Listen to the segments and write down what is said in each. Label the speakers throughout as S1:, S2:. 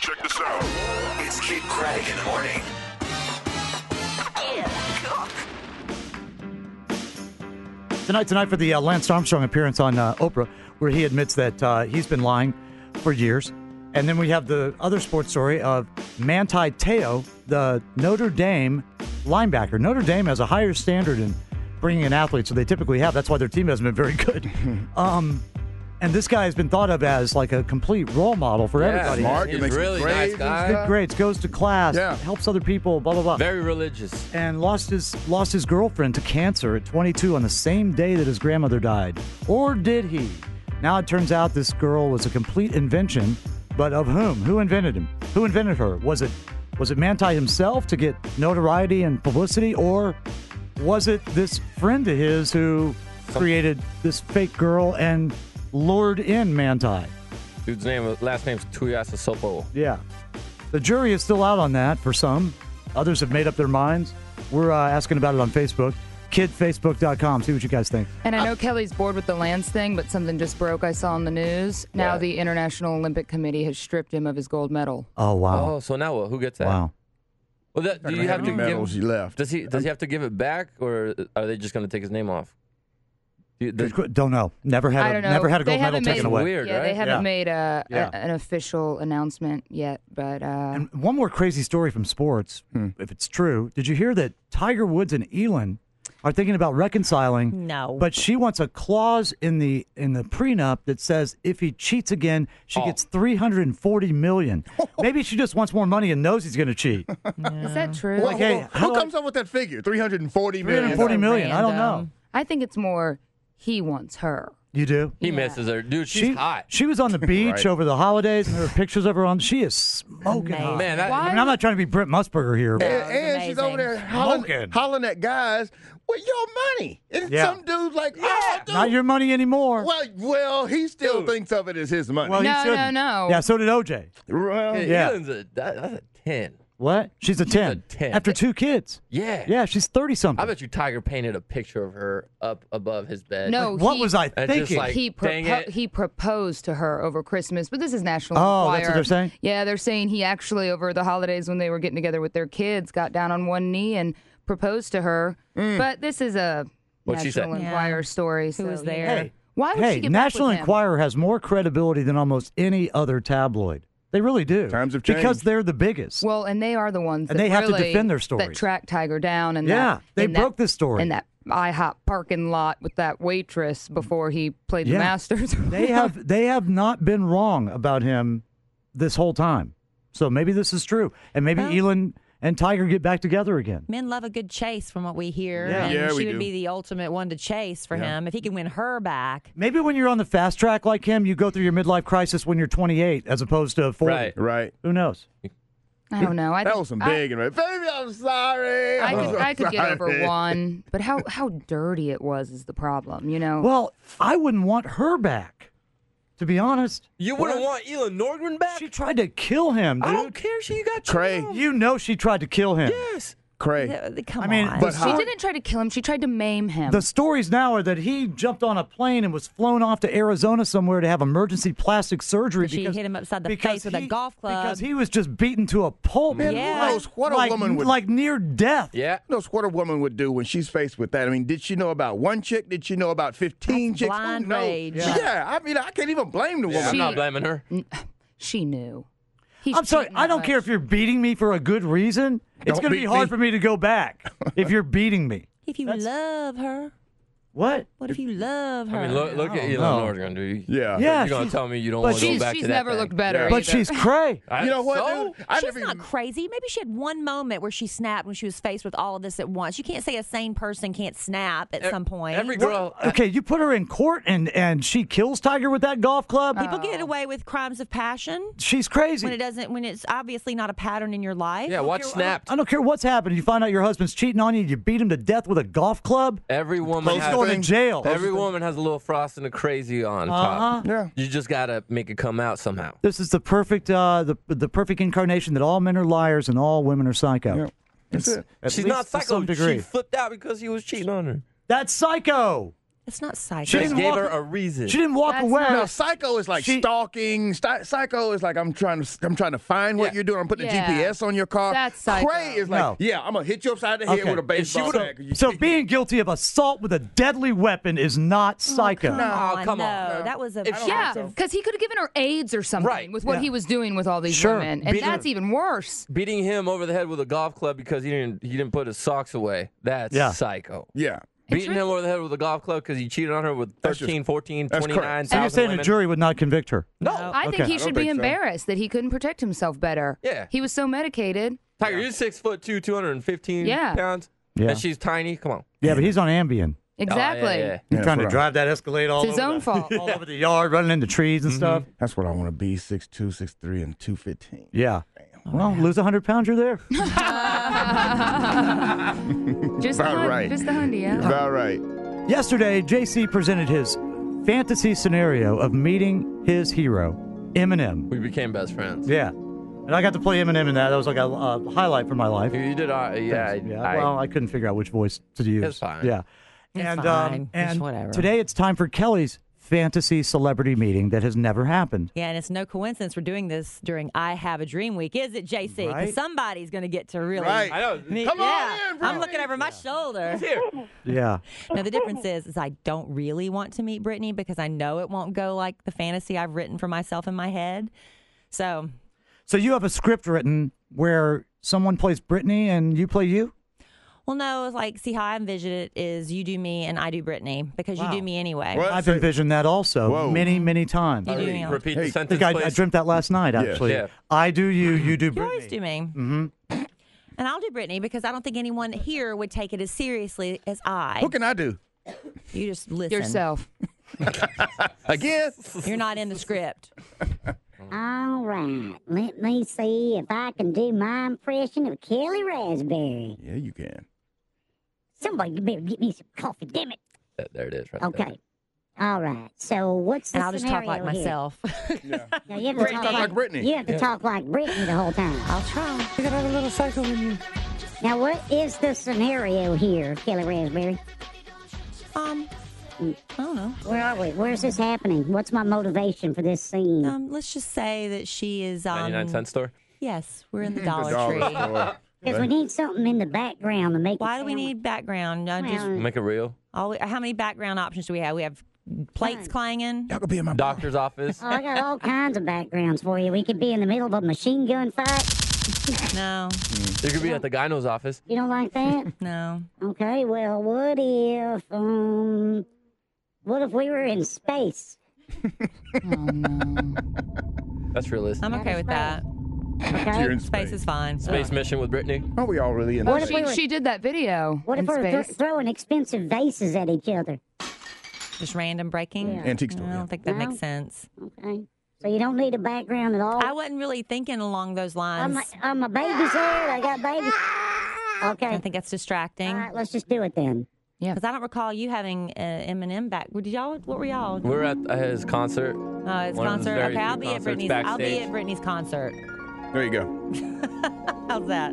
S1: Check this out.
S2: It's Kid Craddock in the morning.
S3: Tonight, tonight for the uh, Lance Armstrong appearance on uh, Oprah, where he admits that uh, he's been lying for years. And then we have the other sports story of Manti Te'o, the Notre Dame linebacker. Notre Dame has a higher standard in bringing in athletes, so they typically have. That's why their team hasn't been very good. um, and this guy has been thought of as like a complete role model for everybody.
S4: smart.
S5: He's
S4: It makes you
S5: really
S4: brave.
S5: nice
S4: He's
S5: guy.
S3: Good grades, goes to class,
S4: Yeah.
S3: helps other people, blah blah blah.
S5: Very religious.
S3: and lost his lost his girlfriend to cancer at 22 on the same day that his grandmother died. Or did he? Now it turns out this girl was a complete invention, but of whom? Who invented him? Who invented her? Was it was it Manti himself to get notoriety and publicity, or was it this friend of his who created this fake girl and lured in Manti?
S5: Dude's name, last name's Tuyasa Sopo.
S3: Yeah. The jury is still out on that for some. Others have made up their minds. We're uh, asking about it on Facebook. KidFacebook.com. See what you guys think.
S6: And I know Kelly's bored with the Lance thing, but something just broke I saw on the news. Now
S5: What?
S6: the International Olympic Committee has stripped him of his gold medal.
S3: Oh, wow.
S5: Oh, so now what? Who gets that?
S3: Wow.
S5: Well, that, do
S4: How
S5: you have
S4: many
S5: to
S4: medals
S5: give?
S4: he left?
S5: Does he does he have to give it back, or are they just going to take his name off? Do you- does-
S3: Good que- Don't know. Never had
S6: I
S3: a,
S6: don't know.
S3: never had a
S6: They
S3: gold medal
S6: haven't
S3: taken
S6: made-
S3: away.
S5: Weird,
S6: yeah,
S5: right?
S6: they haven't
S3: Yeah.
S6: made a, a-
S3: Yeah.
S6: an official announcement yet, but uh,
S3: And one more crazy story from sports, if it's true. Did you hear that Tiger Woods and Elon are thinking about reconciling?
S7: No.
S3: But she wants a clause in the in the prenup that says if he cheats again, she
S5: Oh.
S3: gets 340 million. Maybe she just wants more money and knows he's going to cheat.
S6: is that true?
S4: Well,
S3: Like, hey,
S4: well,
S3: how
S4: who
S3: do I-
S4: comes up with that figure? 340 million.
S3: 340
S7: So
S3: million. I don't
S7: random.
S3: know.
S6: I think it's more he wants her.
S3: You do?
S5: he
S6: Yeah.
S5: misses her, dude. She's
S3: she,
S5: hot.
S3: She was on the beach
S4: Right.
S3: over the holidays, and there were pictures of her on. She is smoking hot.
S5: Man, that,
S3: I mean, I'm not trying to be Brent Musburger here. But
S4: And, and she's
S7: amazing.
S4: over there hollering,
S3: Smoking.
S4: hollering at guys with your money. And
S3: Yeah.
S4: some dude's like, oh, dude.
S3: not your money anymore.
S4: well, well, he still thinks of it as his money.
S3: Well, you
S6: No,
S3: shouldn't.
S6: no, no.
S3: Yeah, so did OJ.
S4: Well,
S5: Hey,
S3: Yeah.
S5: Ellen's a, that- that's a ten.
S3: What? She's a 10.
S5: 10.
S3: After two kids.
S5: Yeah.
S3: Yeah, she's 30
S5: I
S3: something.
S5: bet you Tiger painted a picture of her up above his bed.
S6: No,
S3: what
S6: he,
S3: was I
S5: just
S3: thinking?
S5: like-
S6: he
S5: dang
S6: propo-
S5: it.
S6: he proposed to her over Christmas, but this is National
S3: Oh,
S6: Enquirer.
S3: that's what they're saying?
S6: Yeah, they're saying he actually over the holidays when they were getting together with their kids got down on one knee and proposed to her.
S3: Mm.
S6: But this is a
S5: What'd she say?
S6: National Enquirer story. Who
S7: was there?
S3: hey,
S6: Why would
S3: hey
S6: she get
S3: National
S6: back with him?
S3: Enquirer has more credibility than almost any other tabloid. They really do.
S4: Times have
S3: Because
S4: changed.
S3: they're the biggest.
S6: Well, and they are the ones
S3: And
S6: that
S3: they have to
S6: really-
S3: defend their
S6: That
S3: stories.
S6: track Tiger down and
S3: Yeah,
S6: that-
S3: they
S6: and
S3: broke
S6: that,
S3: this story.
S6: in that IHOP parking lot with that waitress before he played
S3: Yeah.
S6: the Masters.
S3: they have they have not been wrong about him this whole time. So maybe this is true, and maybe
S7: Well-
S3: Elon and Tiger get back together again.
S7: Men love a good chase, from what we hear.
S3: Yeah.
S7: and
S4: Yeah,
S7: she
S4: we
S7: would
S4: do.
S7: be the ultimate one to chase for him. If he can win her back,
S3: Maybe when you're on the fast track like him, you go through your midlife crisis when you're 28 as opposed to 40.
S5: Right.
S4: right.
S3: Who knows?
S6: I don't know. I
S4: That
S6: think-
S4: was some
S6: I-
S4: big and right. Baby, I'm sorry. Uh,
S6: I
S4: I'm
S6: could,
S4: so
S6: I could get
S4: sorry."
S6: over one, but how, how dirty it was is the problem, you know?
S3: Well, I wouldn't want her back. To be honest,
S5: you wouldn't want Elon Norgren back.
S3: she tried to kill him.
S5: I
S3: dude.
S5: don't care. She got
S4: Trey.
S5: killed.
S3: You know she tried to kill him.
S5: Yes.
S4: Cray.
S7: Uh, come
S3: I mean,
S7: on.
S4: But
S6: she
S4: how,
S6: didn't try to kill him, she tried to maim him.
S3: The stories now are that he jumped on a plane and was flown off to Arizona somewhere to have emergency plastic surgery.
S7: She hit him upside the
S3: because
S7: face with a golf club.
S3: Because he was just beaten to a pulp.
S7: Man, who Yeah.
S4: knows what a
S3: like,
S4: woman would-
S3: like near death.
S5: Yeah.
S4: knows what a woman would do when she's faced with that. I mean, did she know about one chick? Did she know about 15
S7: That's
S4: chicks? Who
S7: blind
S4: knows?
S7: rage.
S4: Yeah.
S7: Yeah.
S4: I mean, I can't even blame the woman.
S5: I'm
S6: She-
S5: not blaming her.
S6: she knew. He's
S3: I'm sorry.
S6: cheating
S3: I
S6: that
S3: don't
S6: much.
S3: care if you're beating me for a good reason. it's
S4: Don't
S3: going to be
S4: beat
S3: hard
S4: me.
S3: for me to go back if you're beating me.
S7: if you love her,
S3: What?
S7: what if you love her?
S5: I mean, look, look at
S3: don't
S5: Elon
S3: know.
S5: Norgren, dude.
S4: Yeah.
S3: Oh, Yeah,
S5: You're gonna
S3: she's-
S5: tell me you don't
S3: but
S5: want to go
S6: She's,
S5: back
S6: she's
S5: to that?
S6: never
S5: thing.
S6: looked better.
S3: But
S6: either.
S3: she's cray.
S5: I-
S4: You know what,
S5: so?
S4: dude? I
S7: She's
S4: never
S7: not
S4: even-
S7: crazy. Maybe she had one moment where she snapped when she was faced with all of this at once. You can't say a sane person can't snap at
S5: E-
S7: some point.
S5: Every girl.
S3: Okay, you put her in court and and she kills Tiger with that golf club.
S7: People get away with crimes of passion
S3: She's crazy.
S7: when it doesn't when it's obviously not a pattern in your life.
S5: Yeah, watch Snapped.
S3: I don't care what's happened. You find out your husband's cheating on you. You beat him to death with a golf club.
S5: Every
S3: He's
S5: woman
S4: Close Yeah.
S5: has
S3: going to
S4: Thing.
S3: jail.
S5: every woman has a little frost and a crazy on top.
S4: Yeah.
S5: You just gotta make it come out somehow.
S3: This is the perfect uh, the the perfect incarnation that all men are liars and all women are psycho.
S4: That's it.
S3: At
S5: She's
S3: least
S5: not
S3: to
S5: psycho.
S3: some degree.
S5: She flipped out because he was cheating on her.
S3: That's psycho.
S7: It's not
S5: They
S7: psycho.
S3: didn't
S5: gave
S3: walk-
S5: her a reason.
S3: She didn't walk
S6: That's
S3: away.
S4: No, psycho is like
S3: Uh, She-
S4: stalking. Sti- psycho is like I'm trying to I'm trying to find what
S5: Yeah.
S4: you're doing. I'm putting
S6: Yeah.
S4: a GPS on your car.
S6: That's psycho.
S4: Cray is like,
S3: No.
S4: yeah, I'm gonna hit you upside the head
S3: Okay.
S4: with a
S3: If she
S4: baseball
S3: would've-
S4: bat. 'cause you-
S3: so being guilty of assault with a deadly weapon is not psycho.
S5: Oh,
S7: Oh,
S5: come
S7: no.
S5: on.
S7: That was a
S5: If she-
S6: Yeah,
S7: massive-
S6: because he could have given her AIDS or something
S5: Right,
S6: with what
S3: yeah.
S6: he was doing with all these
S3: Sure.
S6: women, and
S5: Beat her.
S6: that's even worse.
S5: Beating him over the head with a golf club because he didn't he didn't put his socks away. That's
S3: Yeah.
S5: psycho.
S4: yeah,
S5: Beating him over the head with a golf club because he cheated on her with
S4: That's just-
S5: 13, 14,
S4: that's correct.
S5: 29,
S3: So you're saying a jury would not convict her?
S5: No.
S6: I
S3: Okay.
S6: think he
S4: I
S6: should
S4: don't
S6: be
S4: think so.
S6: embarrassed that he couldn't protect himself better.
S5: Yeah.
S6: he was so medicated.
S5: Tiger, you're six foot two, 215
S6: Yeah.
S5: pounds.
S3: Yeah.
S5: And she's tiny. Come on.
S3: Yeah, but he's on Ambien.
S6: Exactly.
S5: Oh, yeah, yeah.
S3: He's
S4: Yeah,
S3: trying to
S4: that's what I-
S3: drive that Escalade all
S6: It's his
S3: over
S6: own
S3: the-
S6: fault.
S3: all over the yard, running into trees
S4: Mm-hmm.
S3: and stuff.
S4: that's what I want to be. Six two, six three, and two fifteen.
S3: Yeah. Well, lose 100 pounds, you're there.
S6: Just the,
S4: About
S6: hun-
S4: right.
S6: just the hundy, yeah.
S4: About right.
S3: Yesterday, JC presented his fantasy scenario of meeting his hero, Eminem.
S5: We became best friends.
S3: Yeah. And I got to play Eminem in that. That was like a, a highlight from my life.
S5: You, you did. Uh, yeah.
S3: Thanks.
S5: I-
S3: well, I couldn't figure out which voice to use.
S5: It's fine.
S3: Yeah.
S7: It's
S3: and
S7: fine.
S3: Um,
S7: It's
S3: and
S7: whatever.
S3: today it's time for Kelly's fantasy celebrity meeting that has never happened.
S7: Yeah, and it's no coincidence we're doing this during I Have a Dream Week, is it, JC? Because
S3: Right.
S7: somebody's going to get to really.
S4: Right.
S5: I know.
S7: Me-
S4: Come on in,
S7: yeah. I'm
S4: Brittany.
S7: looking over my shoulder.
S5: Here.
S3: Yeah.
S7: Now the difference is, is I don't really want to meet Brittany because I know it won't go like the fantasy I've written for myself in my head. So
S3: So you have a script written where someone plays Brittany and you play you?
S7: Well, no, it's like, see how I envision it is you do me and I do Brittany because
S3: Wow.
S7: you do me anyway.
S4: What?
S3: I've envisioned that also
S4: Whoa.
S3: many, many times.
S7: You
S3: I
S7: do me.
S5: Repeat, repeat
S4: Hey.
S5: the sentence,
S3: think I,
S5: please.
S3: I dreamt that last night, actually.
S5: Yeah.
S3: I do you, you do
S7: You
S3: Brittany.
S7: always do me. And I'll do Brittany because I don't think anyone here would take it as seriously as I.
S4: What can I do
S7: You just listen.
S6: Yourself.
S4: again?
S7: You're not in the script.
S1: All right, let me see if I can do my impression of Kelly Raspberry.
S4: Yeah, you can.
S1: Somebody you better get me some coffee, damn it.
S5: That- There it is. Right there.
S1: Okay. All right. So what's the
S7: And I'll just talk like
S1: scenario here?
S7: myself.
S1: No, you have to
S4: Brittany
S1: talk
S4: talk like Brittany.
S1: You have to talk like Brittany the whole time.
S7: I'll try. You got a little psycho in you.
S1: Now, what is the scenario here, Kelly Raspberry?
S7: Um, I don't know.
S1: Where are we? Where's this happening? What's my motivation for this scene?
S7: Um, let's just say that she is. Um,
S5: 99 cent store.
S7: Yes, we're in the
S4: The
S7: Dollar
S4: dollar
S7: Tree.
S4: store.
S1: Because we need something in the background to make. it
S7: Why do we
S1: sound-
S7: need background? I just,
S1: Well,
S5: Make it real.
S7: all, how many background options do we have? We have plates clanging.
S4: Y'all could be in my
S5: Doctor's office.
S1: oh, I got all kinds of backgrounds for you. We could be in the middle of a machine gun fight.
S7: No,
S5: You could be at the gyno's office.
S1: You don't like that?
S7: no.
S1: Okay, well, what if um, what if we were in space?
S5: That's realistic.
S7: I'm uh, okay with that.
S1: Okay,
S4: You're in
S7: Space is fine.
S5: Space mission with Brittany.
S4: Aren't we all really in
S1: What
S4: space?
S1: if we were,
S6: She did that video
S1: what
S6: in
S1: if we were
S6: space.
S1: th- throwing expensive vases at each other?
S7: Just random breaking.
S1: Yeah.
S4: Antique store,
S7: I
S4: yeah.
S7: don't think that
S1: No.
S7: makes sense.
S1: Okay, so you don't need a background at all.
S7: I wasn't really thinking along those
S1: I'm
S7: lines.
S1: a, I'm a baby's head. I got babies.
S7: I
S1: Okay,
S7: think that's
S1: all
S7: distracting.
S1: right, let's just do it then.
S7: Because I don't recall you having uh, Eminem back. Did y'all? What were y'all?
S5: We're at uh, his concert.
S7: Oh, it's
S5: One of the
S7: concert.
S5: very
S7: Okay, I'll
S5: few
S7: be at
S5: concerts
S7: Britney's. I'll be
S5: backstage.
S7: at Britney's concert.
S4: There you go.
S7: How's that?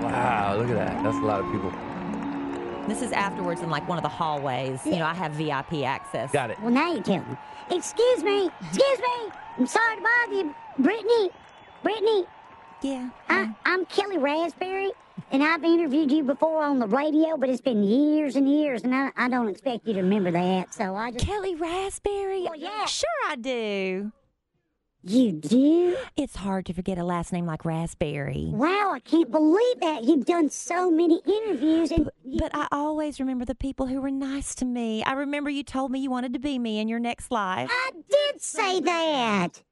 S5: Wow, look at that. That's a lot of people.
S7: This is afterwards in like one of the hallways. You know, I have VIP access.
S5: Got it.
S1: Well, now you tell me. Excuse me, excuse me. I'm sorry to bother you, Brittany. Brittany,
S7: Yeah.
S1: I, I'm Kelly Raspberry, and I've interviewed you before on the radio, but it's been years and years, and I, I don't expect you to remember that. So I just
S7: Kelly Raspberry.
S1: Well, yeah.
S7: Sure, I do.
S1: you do.
S7: It's hard to forget a last name like Raspberry.
S1: Wow, I can't believe that you've done so many interviews, and you,
S7: But I always remember the people who were nice to me. I remember you told me you wanted to be me in your next life.
S1: I did say that.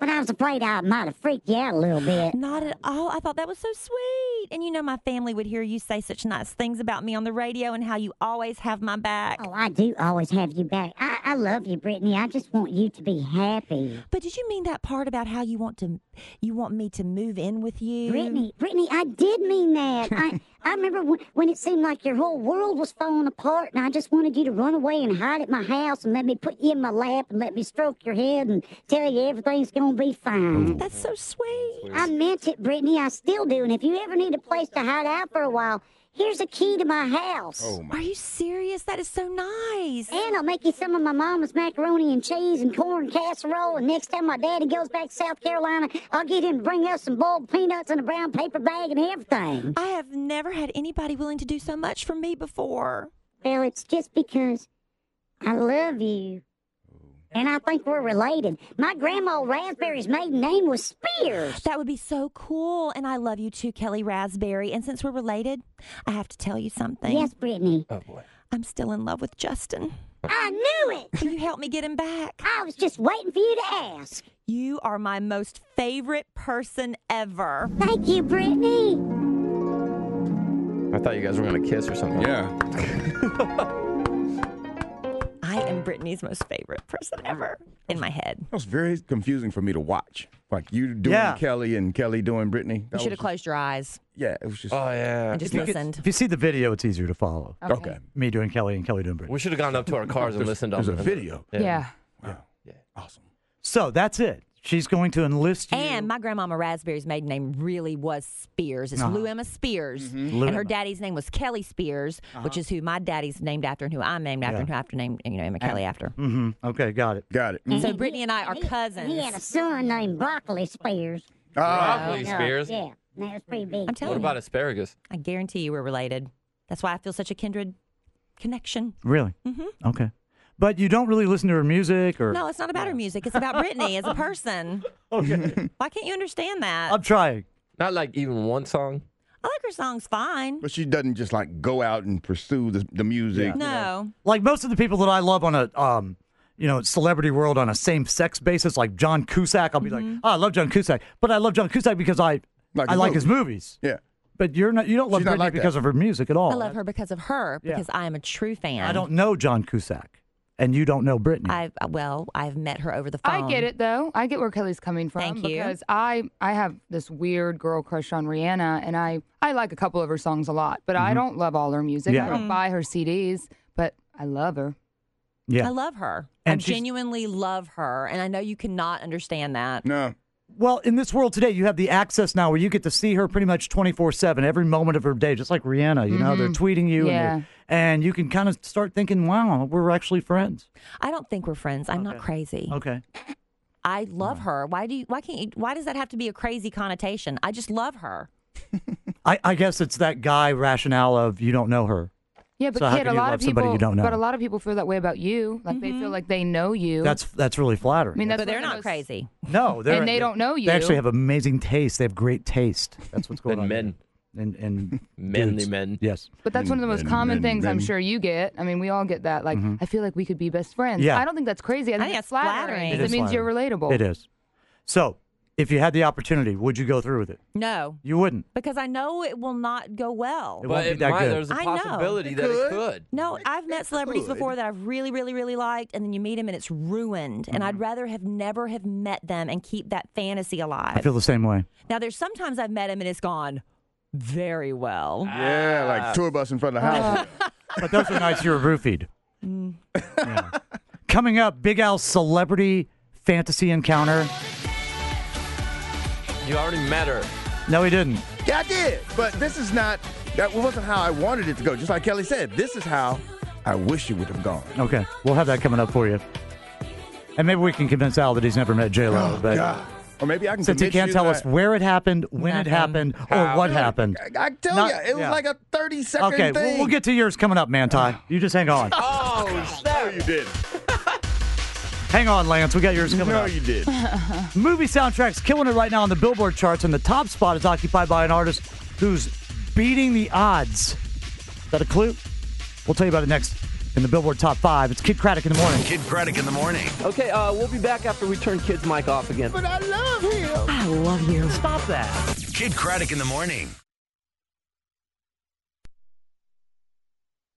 S1: But I was afraid I might have freaked you out a little bit.
S7: Not at all. I thought that was so sweet. And you know, my family would hear you say such nice things about me on the radio and how you always have my back.
S1: Oh, I do always have you back. I, I love you, Brittany. I just want you to be happy.
S7: But did you mean that part about how you want to, you want me to move in with you?
S1: Brittany, Brittany, I did mean that. I, I remember when, when it seemed like your whole world was falling apart, and I just wanted you to run away and hide at my house and let me put you in my lap and let me stroke your head and tell you everything's going to be fine.
S7: That's so sweet.
S1: I meant it, Brittany. I still do. And if you ever need a place to hide out for a while, Here's a key to my house.
S4: Oh
S7: Are
S4: my!
S7: you serious? That is so nice.
S1: And I'll make you some of my mama's macaroni and cheese and corn casserole. And next time my daddy goes back to South Carolina, I'll get him to bring us some boiled peanuts in a brown paper bag and everything.
S7: I have never had anybody willing to do so much for me before.
S1: Well, it's just because I love you. And I think we're related. My grandma Raspberry's maiden name was Spears.
S7: That would be so cool. And I love you too, Kelly Raspberry. And since we're related, I have to tell you something.
S1: Yes, Brittany.
S5: Oh boy.
S7: I'm still in love with Justin.
S1: I knew it.
S7: Will you help me get him back?
S1: I was just waiting for you to ask.
S7: You are my most favorite person ever.
S1: Thank you, Brittany.
S5: I thought you guys were gonna kiss or something.
S4: Yeah.
S7: I am Brittany's most favorite person ever in my head.
S4: That was very confusing for me to watch. Like you doing
S3: Yeah.
S4: Kelly and Kelly doing Brittany.
S7: You
S4: That
S7: should
S4: was-
S7: have closed your eyes
S4: Yeah, it was just.
S5: Oh yeah.
S7: and
S3: If
S7: just
S3: you, could-
S7: listened.
S3: if you see the video, it's easier to follow.
S4: okay.
S3: Me doing Kelly and Kelly doing Brittany.
S5: We should have gone up to our cars and listened to
S4: There's a
S5: them.
S4: video.
S6: Yeah.
S4: Wow. Yeah. Awesome.
S3: So that's it. She's going to enlist you.
S7: And my grandmama Raspberry's maiden name really was Spears. It's Lou Emma Spears.
S3: Uh-huh. Mm-hmm. Lou
S7: And
S3: Emma.
S7: her
S3: Uh-huh.
S7: daddy's name was Kelly Spears, which is who my daddy's named after and who I'm named after and who I have to name, you know, Emma Kelly after.
S3: hmm Okay, got it.
S4: Got it.
S7: So Brittany and I are
S1: And he had a
S7: cousins.
S1: son named Broccoli Spears.
S4: Ah,
S5: Broccoli
S1: Yeah,
S5: Spears.
S1: Yeah, that was pretty big.
S7: I'm
S5: What
S7: telling you,
S5: about asparagus?
S7: I guarantee you we're related. That's why I feel such a kindred connection.
S3: Really? Mm-hmm. Okay. But you don't really listen to her music or.
S7: No, it's not about her music. It's about Brittany as a person.
S3: Okay.
S7: Why can't you understand that?
S3: I'm trying.
S5: Not like even one song.
S7: I like her songs fine.
S4: but she doesn't just like go out and pursue the, the music.
S7: No.
S3: Like most of the people that I love on a. um. You know, celebrity world on a same sex basis, like John Cusack. I'll be
S7: Mm-hmm.
S3: like, oh, I love John Cusack, but I love John Cusack because I
S4: Like
S3: I
S4: his
S3: like
S4: movies.
S3: his movies.
S4: Yeah.
S3: But you're not, you don't love
S4: She's not
S3: Britney
S4: like that.
S3: because of her music at all.
S7: I love her because of
S3: Oh,
S7: her,
S3: Yeah.
S7: because I am a true fan.
S3: I don't know John Cusack, and you don't know Britney.
S7: I've, well, I've met her over the phone.
S6: I get
S3: Um,
S6: it though. I get where Kelly's coming from.
S7: Thank you.
S6: Because I I have this weird girl crush on Rihanna, and I I like a couple of her songs a lot, but I don't love all her music.
S3: Mm-hmm. Yeah.
S6: I don't buy her CDs, but I love her.
S3: yeah.
S7: I love her.
S3: And
S7: I
S3: she's-
S7: genuinely love her. And I know you cannot understand that.
S4: No.
S3: Well, in this world today, you have the access now where you get to see her pretty much 24 7, every moment of her day, just like Rihanna. You know, they're tweeting you,
S6: Mm-hmm. Yeah.
S3: and, they're- and you can kind of start thinking, wow, we're actually friends.
S7: I don't think we're friends. I'm not crazy.
S3: Okay.
S7: I love her. Why do you, why can't you, why does that have to be a crazy connotation? I just love her.
S3: I, I guess it's that guy rationale of you don't know her.
S6: Yeah, but
S3: So how
S6: kid,
S3: can
S6: a
S3: you
S6: lot
S3: love
S6: of
S3: somebody
S6: people,
S3: you don't know? Mm-hmm.
S6: but a lot of people feel that way about you. Like they feel like they know you.
S3: That's that's really flattering.
S6: I mean, that's
S7: But they're
S6: one of
S7: not
S6: those-
S7: crazy.
S3: no, they're,
S6: and they don't know you.
S3: They actually have amazing taste. They have great taste. That's what's going
S5: And
S3: on.
S5: men.
S3: And, and
S5: Manly
S3: dudes.
S5: men.
S3: Yes.
S6: But that's one of the most
S4: Then-
S6: common
S4: then-
S6: things I'm
S4: then-
S6: sure you get. I mean, we all get that. Like, I feel like we could be best friends.
S3: Mm-hmm. Yeah.
S6: I don't think that's crazy. I think,
S7: think
S6: it's
S7: that's flattering.
S6: flattering. 'cause
S3: It
S6: It,
S3: is
S6: means you're
S3: flattering.
S6: relatable.
S3: It is. So, if you had the opportunity, would you go through with it?
S7: No,
S3: You wouldn't.
S7: because I know it will not go well.
S3: It won't be that
S5: might,
S3: good.
S5: there's a
S7: I know.
S5: possibility that it could.
S7: No, I've met celebrities before that I've really, really, really liked, and then you meet them and it's ruined. And
S3: Mm-hmm.
S7: I'd rather have never have met them and keep that fantasy
S3: I
S7: alive.
S3: feel the same way.
S7: now, there's sometimes I've met him and it's gone very well.
S3: Ah,
S4: Yeah, like tour bus in front of the house.
S3: But those are nights you were roofied.
S4: Mm.
S3: Yeah. Coming up, Big Al's celebrity fantasy encounter.
S5: You already met her.
S3: No, he didn't.
S4: yeah, I did. But this is not. That wasn't how I wanted it to go. Just like Kelly said, this is how I wish it would have gone.
S3: Okay, we'll have that coming up for you. And maybe we can convince Al that he's never met J Lo. but
S4: Oh, God. Or maybe I can.
S3: since he
S4: convince
S3: can't
S4: you
S3: tell
S4: that
S3: us where it happened, when it
S7: Nothing.
S3: happened, or what happened.
S4: I, I tell
S3: Not-
S4: you, it was
S3: yeah.
S4: like a thirty-second
S3: Okay,
S4: thing.
S3: we'll, we'll get to yours coming up, Manti. You just hang on.
S5: Oh, snap.
S4: You did.
S3: Hang on, Lance. We got yours coming
S4: No,
S3: up.
S4: you did.
S3: Movie soundtracks killing it right now on the Billboard charts, and the top spot is occupied by an artist who's beating the odds. Is that a clue? We'll tell you about it next in the Billboard Top 5. It's Kid Craddock in the morning.
S2: Kid Craddock in the morning.
S8: Okay, uh, we'll be back after we turn kids' mic off again.
S4: but I love him.
S7: I love you.
S3: Stop that.
S2: Kid Craddock in the morning.